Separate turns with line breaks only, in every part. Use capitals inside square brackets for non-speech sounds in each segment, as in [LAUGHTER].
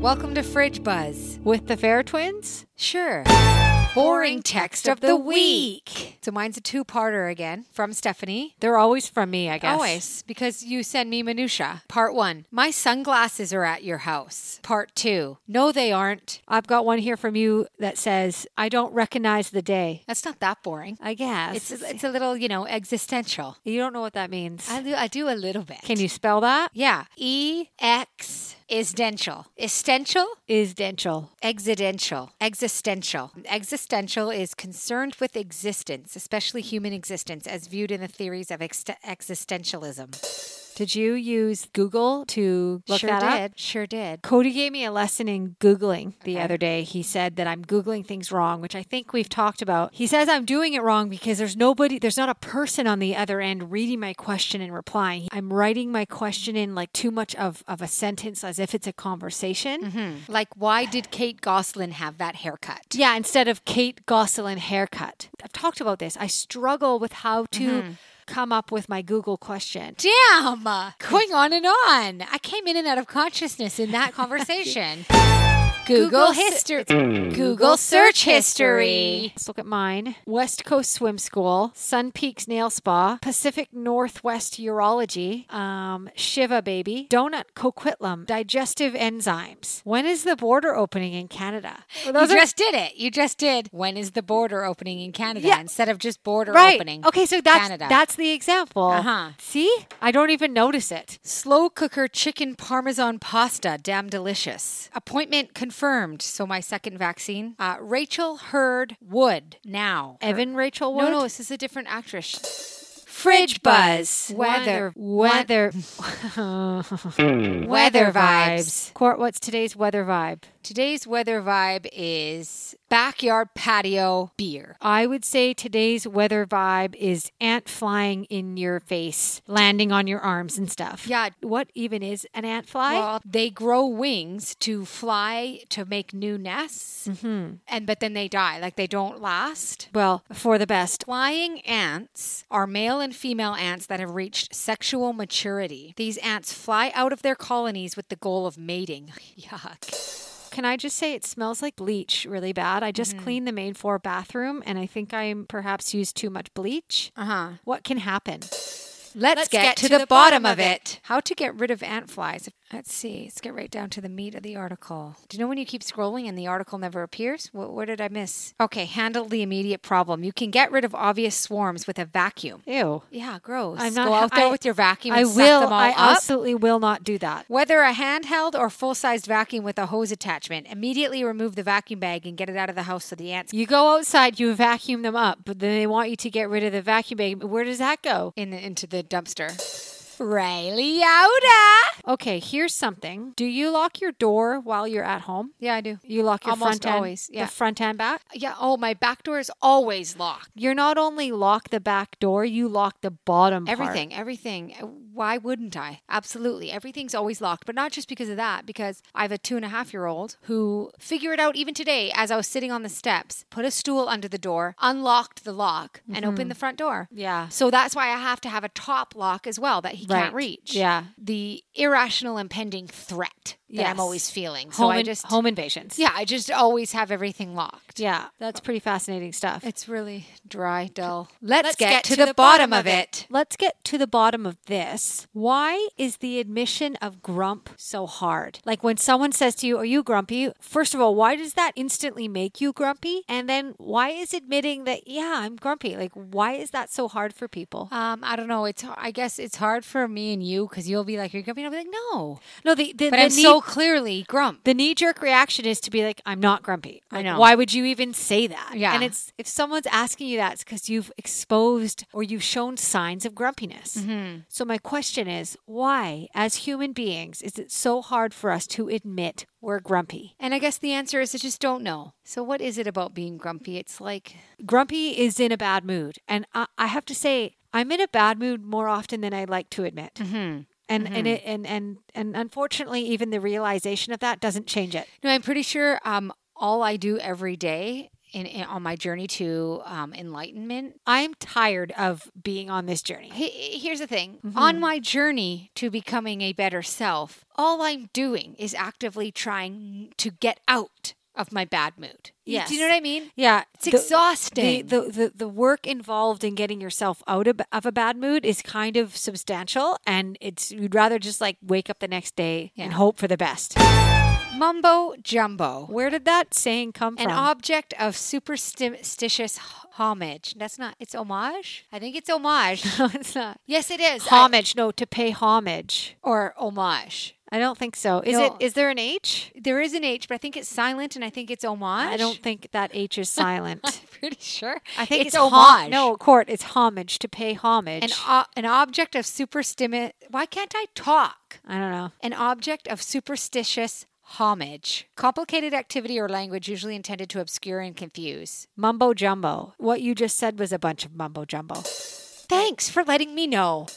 Welcome to Fridge Buzz.
With the Fair Twins?
Sure. Boring text of the week. So mine's a two parter again from Stephanie.
They're always from me, I guess.
Always, because you send me minutia. Part one, my sunglasses are at your house. Part two, no, they aren't.
I've got one here from you that says, I don't recognize the day.
That's not that boring.
I guess.
It's it's a little, you know, existential.
you don't know what that means.
I do, I do a little bit.
Can you spell that?
Yeah. E X is dential. Estential?
Is dential.
Exidential. Existential. Existential is concerned with existence, especially human existence, as viewed in the theories of ex- existentialism.
Did you use Google to look
sure
that
did.
up?
Sure did.
Cody gave me a lesson in Googling the other day. He said that I'm Googling things wrong, which I think we've talked about. He says I'm doing it wrong because there's nobody, there's not a person on the other end reading my question and replying. I'm writing my question in like too much of, of a sentence as if it's a conversation.
Mm-hmm. Hmm. Like, why did Kate Goslin have that haircut?
Yeah, instead of Kate Gosselin haircut. I've talked about this. I struggle with how to come up with my Google question.
Damn! Going on and on. I came in and out of consciousness in that [LAUGHS] conversation. Google
Google
history. Google search history.
Let's look at mine. West Coast Swim School, Sun Peaks Nail Spa, Pacific Northwest Urology, um, Shiva Baby, Donut Coquitlam, Digestive Enzymes. When is the border opening in Canada? Well,
You
those are-
just did it. You just did. When is the border opening in Canada
Yeah.
instead of just border
right.
opening?
Okay, so that's
Canada.
that's the example.
Uh-huh.
See, I don't even notice it.
Slow cooker chicken parmesan pasta, damn delicious. Appointment confirmed. So my second vaccine. Uh, Rachel Hurd Wood now.
Evan Rachel Wood.
No, no, this is a different actress. Fridge buzz. Weather.
weather,
Weather vibes.
Court, what's today's weather vibe?
Today's weather vibe is backyard patio beer.
I would say today's weather vibe is ant flying in your face, landing on your arms and stuff.
Yeah.
What even is an ant fly?
Well, they grow wings to fly to make new nests, and but then they die. Like they don't last.
well, for the best.
Flying ants are male and female ants that have reached sexual maturity. These ants fly out of their colonies with the goal of mating. [LAUGHS] Yuck.
Can I just say it smells like bleach really bad? I
Mm-hmm.
just cleaned the main floor bathroom and I think I perhaps used too much bleach.
Uh huh.
What can happen?
Let's,
Let's
get,
get
to,
to
the,
the
bottom,
bottom
of
of
it. How to get rid of ant flies. Let's see. Let's get right down to the meat of the article. Do you know when you keep scrolling and the article never appears? What, where did I miss? Okay, handle the immediate problem. You can get rid of obvious swarms with a vacuum.
Ew.
Yeah, gross.
I'm not
Go out there
I-
with your vacuum.
I
and
will.
suck them all
I
up.
absolutely will not do that.
Whether a handheld or full sized vacuum with a hose attachment, immediately remove the vacuum bag and get it out of the house so the ants
You go outside, you vacuum them up, but then they want you to get rid of the vacuum bag. Where does that go?
in the, into the dumpster. Ray Liotta!
Okay, here's something. Do you lock your door while you're at home?
Yeah, I do.
You lock your
Almost
front end,
always, yeah.
the front and back.
Yeah, oh, my back door is always locked.
You're not only lock the back door, you lock the bottom part.
Everything, everything. Why wouldn't I? Absolutely. Everything's always locked, but not just because of that, because I have a two and a half year old who figured it out even today as I was sitting on the steps, put a stool under the door, unlocked the lock, and opened the front door.
Yeah.
So that's why I have to have a top lock as well that he can't
Right.
reach.
Yeah.
The irrational impending threat that I'm
Yes.
always feeling. So
Home,
I
in-
just,
home invasions.
yeah, I just always have everything locked.
Yeah, that's pretty fascinating stuff.
It's really dry, dull. Let's,
Let's
get, to, the, bottom, of it.
Let's get to the bottom of this. Why is the admission of grump so hard? Like when someone says to you, Are you grumpy? First of all, why does that instantly make you grumpy? And then why is admitting that, Yeah, I'm grumpy? Like, why is that so hard for people?
Um, I don't know. It's I guess it's hard for me and you because you'll be like you're grumpy. and I'll be like no,
No, the, the,
but
the
I'm
knee,
so clearly grump.
the knee jerk reaction is to be like, I'm not grumpy.
I
Like,
know.
Why would you even say that?
Yeah.
And it's if someone's asking you that, it's because you've exposed or you've shown signs of grumpiness.
Mm-hmm.
So my question is, why, as human beings, is it so hard for us to admit we're grumpy?
And I guess the answer is I just don't know. So what is it about being grumpy? It's like
Grumpy is in a bad mood. And I, I have to say, I'm in a bad mood more often than I like to admit.
Mm-hmm.
And, and, it, and and and unfortunately, even the realization of that doesn't change it.
no, I'm pretty sure um all I do every day in, in on my journey to um, enlightenment.
I'm tired of being on this journey.
He- Here's the thing
Mm-hmm.
on my journey to becoming a better self, all I'm doing is actively trying to get out of my bad mood. You- Do you know
Yes.
what I mean?
Yeah,
It's exhausting.
The, the the the work involved in getting yourself out of, of a bad mood is kind of substantial, and it's you'd rather just like wake up the next day and
Yeah.
hope for the best.
Mumbo jumbo.
Where did that saying come
An
from?
object of superstitious homage. That's not, it's homage? I think it's homage. [LAUGHS]
[LAUGHS] no, it's not
yes, it is. I-
homage. no, to pay homage.
or homage.
I don't think so. Is
No.
it? Is there an H?
There is an H, but I think it's silent and I think it's homage.
I don't [LAUGHS] think that H
[LAUGHS]
is silent.
pretty sure.
I think it's,
homage.
hom- no, court. It's homage to pay homage.
An, o- an object of superstimi Why can't I talk?
I don't know.
An object of superstitious homage. Complicated activity or language usually intended to obscure and confuse.
Mumbo jumbo. What you just said was a bunch of mumbo jumbo.
Thanks for letting me know.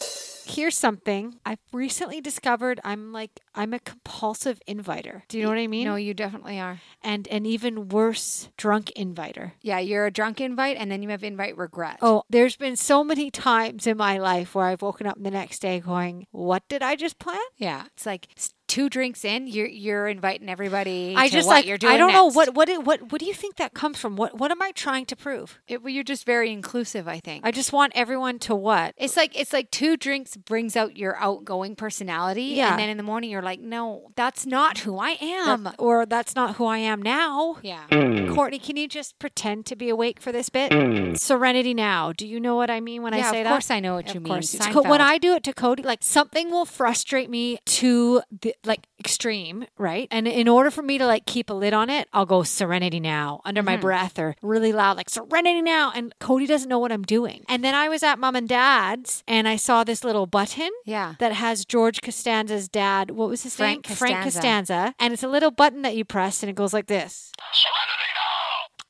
Here's something I've recently discovered. I'm like I'm a compulsive inviter. Do you know what I mean?
No, you definitely are.
And an even worse, drunk inviter.
Yeah, you're a drunk invite and then you have invite regret.
Oh, there's been so many times in my life where I've woken up the next day going, "What did I just plan?"
Yeah. It's like s- two drinks in, you're you're inviting everybody.
I
to
just
what
like
you're doing
I don't know
next.
what what what what do you think that comes from? What what am I trying to prove?
It, well, you're just very inclusive, I think.
I just want everyone to what?
It's like it's like two drinks brings out your outgoing personality,
Yeah.
and then in the morning you're like, no, that's not who I
That-
am.
or that's not who I am now.
yeah,
Courtney, can you just pretend to be awake for this bit? Serenity now. Do you know what I mean when I
yeah.
say
of
that?
course I know what you
Of
mean.
course. It's co- when
Seinfeld.
I do it to Cody, like something will frustrate me to the like extreme, right? And in order for me to like keep a lid on it, I'll go serenity now under
Mm-hmm.
my breath or really loud, like serenity now. And Cody doesn't know what I'm doing. And then I was at mom and dad's and I saw this little button
yeah,
that has George Costanza's dad. What was his
Frank
name? Frank
Costanza.
Costanza. And it's a little button that you press and it goes like this.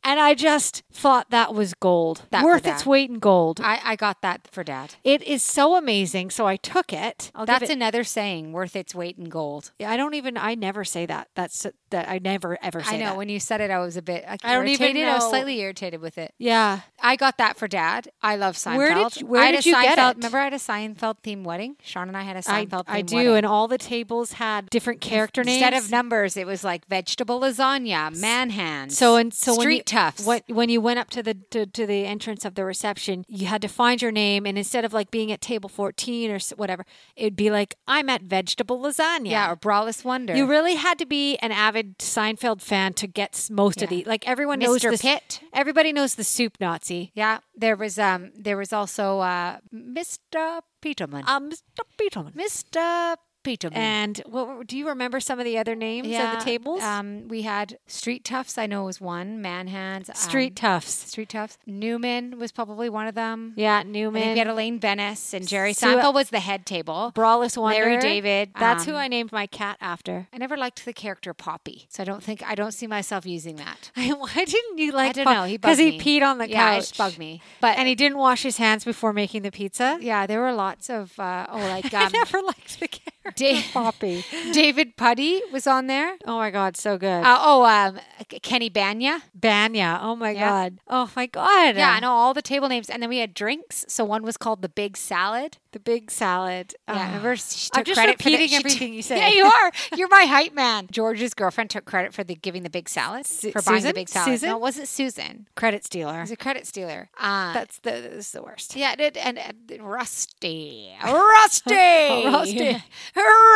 And I just thought that was gold.
That for
Worth its
that.
weight in gold.
I, I got that for dad.
It is so amazing. So I took it. I'll
That's
give it,
another saying, worth its weight in gold.
I don't even. I never say that. That's that. I never ever say
I know.
that.
When you said it, I was a bit like,
I don't even
irritated. I was
know.
slightly irritated with it.
Yeah.
I got that for dad. I love Seinfeld.
Where did you- where
I had
did
a
you get
Seinfeld-
it?
Remember, I had a Seinfeld theme wedding. Sean and I had a
I,
Seinfeld.
I
themed
do.
wedding.
And all the tables had different character names.
Instead of numbers, it was like vegetable lasagna, man hands.
so and so
street
when you,
toughs.
When, when you went up to the to, to the entrance of the reception, you had to find your name, and instead of like being at table fourteen or s- whatever, it'd be like I'm at vegetable lasagna.
Yeah, or Brawless Wonder.
You really had to be an avid Seinfeld fan to get s- most of
Yeah.
the like everyone knows
Mr.
this-
Pitt.
Everybody knows the soup Nazi.
yeah, there was um there was also uh Mr. Peterman.
Um, stop Beethoven.
Mr. Peterman.
And what were- do you remember some of the other names of the tables?
Um we had Street Toughs, I know was one, Manhands, um,
Street Toughs.
Street Toughs. Newman was probably one of them.
Yeah,
I think
Newman.
we had Elaine Bennis and Jerry
Sue-
Seinfeld was the head table.
Brawless Wonder.
Larry David,
That's who
um,
I named my cat after.
I never liked the character Poppy, so I don't think I don't see myself using that.
[LAUGHS] Why didn't you like?
I don't
Pop-
know. He
because
bugged
he
me.
peed on the
yeah,
couch.
it just bugged me. But
And he didn't wash his hands before making the pizza.
yeah, there were lots of uh, oh like
[LAUGHS] I
um,
never liked the character
Da-
Poppy.
[LAUGHS] David Putty was on there.
Oh my god, so good.
Uh, oh, um, K- Kenny Banya.
Banya. Oh my
Yeah.
god. Oh my god.
Yeah, I know all the table names. And then we had drinks. So one was called the Big Salad.
The big salad.
Yeah,
Oh.
remember she took
I'm just
credit
repeating
for the, [LAUGHS] she
everything you said.
Yeah, you
[LAUGHS]
are. You're my hype man. George's girlfriend took credit for the giving the big salad
Su-
for buying
Susan?
the big salad.
Susan?
No, it wasn't Susan.
Credit
It
stealer.
was a credit stealer. Uh,
That's the, that's the worst.
yeah, it, and, and Rusty,
[LAUGHS]
[LAUGHS] Rusty,
Oh, Rusty.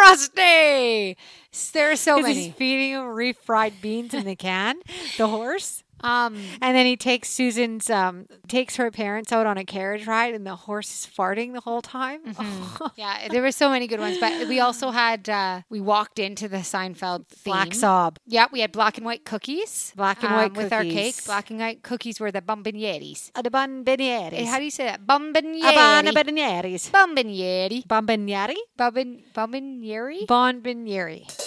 Rusty. There's so
'Cause he's
many.
feeding him refried beans in the [LAUGHS] can. The horse.
Um,
And then he takes Susan's, um, takes her parents out on a carriage ride, and the horse is farting the whole time. Mm-hmm.
Yeah, there were so many good ones, but we also had uh, we walked into the Seinfeld theme.
[LAUGHS] Black sob.
Yeah, we had black and white cookies. Um,
Black and white
with our cake.
cookies.
Black and white cookies were the bombonieres.
A de bambinieri.
Eh,
A
How do you say that? Bombonieri.
bambinieri.
Bombonieri.
Bombinieri?
Bombon- Bombonieri.
Bombinieri.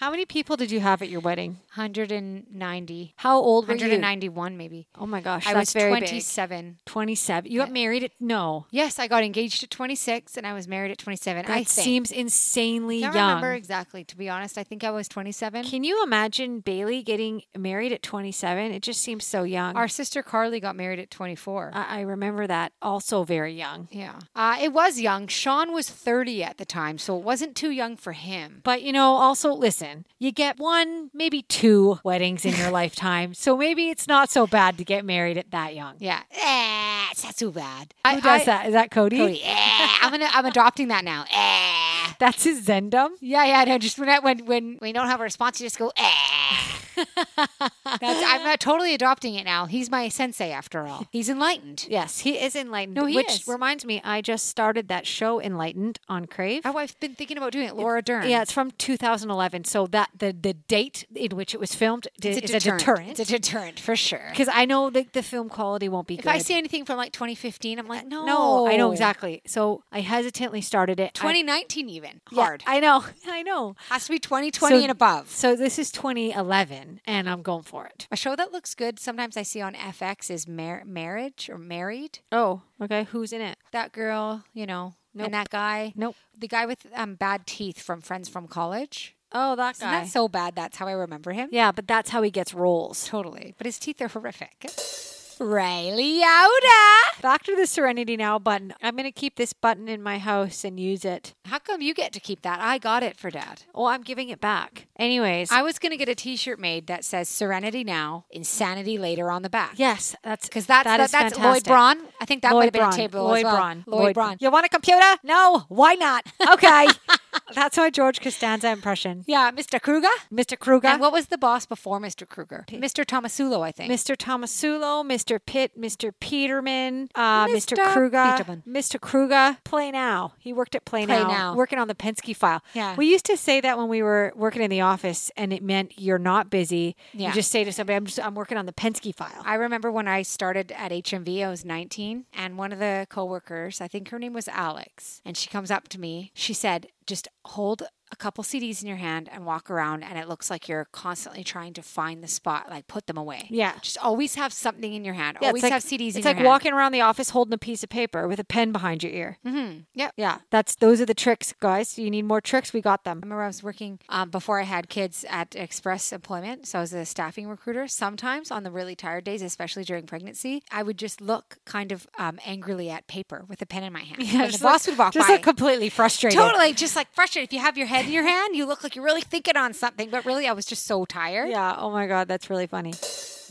How many people did you have at your wedding?
190,
How old were you?
191 maybe.
Oh my gosh,
I
that's
was
very big.
27.
27. You got
Yeah.
married at no.
Yes, I got engaged at 26 and I was married at 27.
That
I think.
seems insanely
I don't
young.
remember exactly. To be honest, I think I was 27.
Can you imagine Bailey getting married at 27? It just seems so young.
Our sister Carly got married at 24.
I I remember that also very young.
yeah. Uh, it was young. Sean was 30 at the time, so it wasn't too young for him.
But you know, also listen, you get one, maybe two weddings in [LAUGHS] your lifetime. So maybe it's not so bad to get married at that young.
Yeah. Eh, it's not too bad.
Who does that? Is that Cody?
Cody, eh, I'm gonna I'm adopting that now. Eh.
That's his Zendum.
Yeah, yeah, no, just when I, when when we don't have a response, you just go, eh. [LAUGHS] That's, I'm uh, totally adopting it now. He's my sensei after all. [LAUGHS] He's enlightened.
Yes, he is enlightened.
No, he
which
is.
reminds me, I just started that show Enlightened on Crave.
Oh, I've been thinking about doing it. Laura Dern.
Yeah, it's from 2011. So that the the date in which it was filmed di-
it's a,
is
deterrent.
a
It's a
deterrent.
deterrent for sure.
Because I know the, the film quality won't be
If
good.
I see anything from like 2015, I'm like, no,
no, I know exactly. So I hesitantly started it. I-
2019 even
Yeah,
hard
I know. [LAUGHS] I know.
has to be 2020
So-
and above.
So this is 2011, and I'm going for it.
A show that looks good sometimes I see on FX is mar- Marriage or Married.
Oh, okay. Who's in it?
That girl, you know,
Nope.
and that guy.
Nope.
The guy with um, bad teeth from Friends from College.
Oh, that
Isn't that so bad? That's how I remember him.
yeah, but that's how he gets roles.
Totally. But his teeth are horrific. Riley Yoda.
Back to the Serenity Now button. I'm going to keep this button in my house and use it.
How come you get to keep that? I got it for dad.
Oh, I'm giving it back. Anyways,
I was going to get a T-shirt made that says "Serenity now, insanity later" on the back.
yes, that's
because that's
that
that-
is
that's Lloyd
fantastic.
Braun. I think that
Lloyd
might have been
Braun.
a table
Lloyd
as well.
Braun.
Lloyd, Braun.
You want a computer? No.
[LAUGHS]
Why not? Okay. that's my George Costanza impression.
Yeah, Mr. Kruger.
Mr. Kruger.
And what was the boss before Mr. Kruger? Mr. Tomasulo, I think.
Mr. Tomasulo, Mr. Pitt, Mr. Peterman, uh, Mr.
Mr.
Kruger,
Peterman.
Mr. Kruger, Play Now. He worked at Play,
Play
now,
Now.
working on the Penske file.
Yeah.
We used to say that when we were working in the office, and it meant you're not busy.
Yeah.
You just say to somebody, "I'm just I'm working on the Penske file."
I remember when I started at HMV, I was 19, and one of the coworkers, I think her name was Alex, and she comes up to me. She said, "Just hold a couple CDs in your hand and walk around, and it looks like you're constantly trying to find the spot, like put them away.
Yeah.
just always have something in your hand.
Yeah,
always
it's like,
have CDs. in
It's like
your
walking around the office holding a piece of paper with a pen behind your ear.
Hand. hmm Yep.
Yeah, that's those are the tricks, guys. You need more tricks. We got them.
I remember I was working um, before I had kids at Express Employment. So I was a staffing recruiter. Sometimes on the really tired days, especially during pregnancy, I would just look kind of um, angrily at paper with a pen in my hand. Yeah, the
[LAUGHS] just
boss would walk
Just
by.
like completely frustrated.
Totally, just like frustrated. If you have your head in your hand, you look like you're really thinking on something, but really, I was just so tired.
Yeah. Oh my God, that's really funny.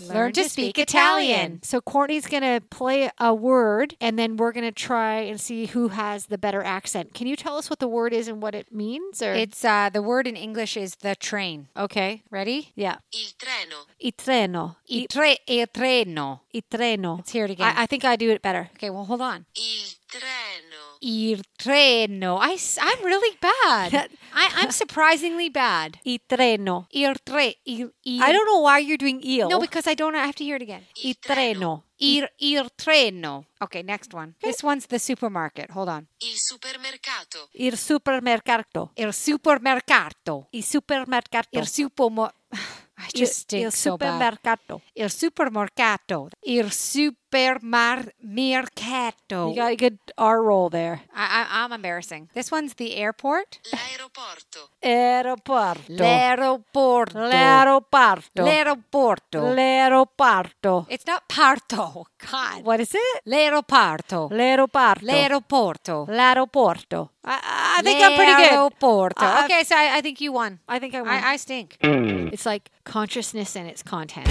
Learn to speak Italian.
So Courtney's gonna play a word, and then we're gonna try and see who has the better accent. Can you tell us what the word is and what it means? Or
It's uh, the word in English is the train.
okay.
Ready?
Yeah.
Il treno.
Il treno.
Il, tre- il treno.
Il treno.
Let's hear it again.
I, I think I do it better.
okay, well, hold on.
Il treno.
Il treno. I, am really bad.
That-
I,
[LAUGHS]
I'm surprisingly bad.
Il treno.
Il tre. Il, il,
I don't know why you're doing il.
No, because I don't. I have to hear it again.
il treno.
Il, il treno. Okay, next one. This one's the supermarket. Hold on.
Il supermercato.
Il supermercato.
Il supermercato.
Il supermercato.
Il supermo. [SIGHS] I
Il-
just stink
il
so bad.
supermercato.
Il supermercato. Il supermercato.
You got a good R roll there.
I, I, I'm embarrassing. This one's the airport.
L'aeroporto.
Aeroporto.
L'aeroporto.
L'aeroporto.
L'aeroporto.
L'aeroporto.
It's not parto. God.
What is it?
L'aeroporto.
L'aeroporto.
L'aeroporto.
L'aeroporto. I, I think I'm pretty good.
L'aeroporto.
I- I've-
Uh, okay, so I, I think you won.
I think I won.
I, I stink.
it's like consciousness and its content.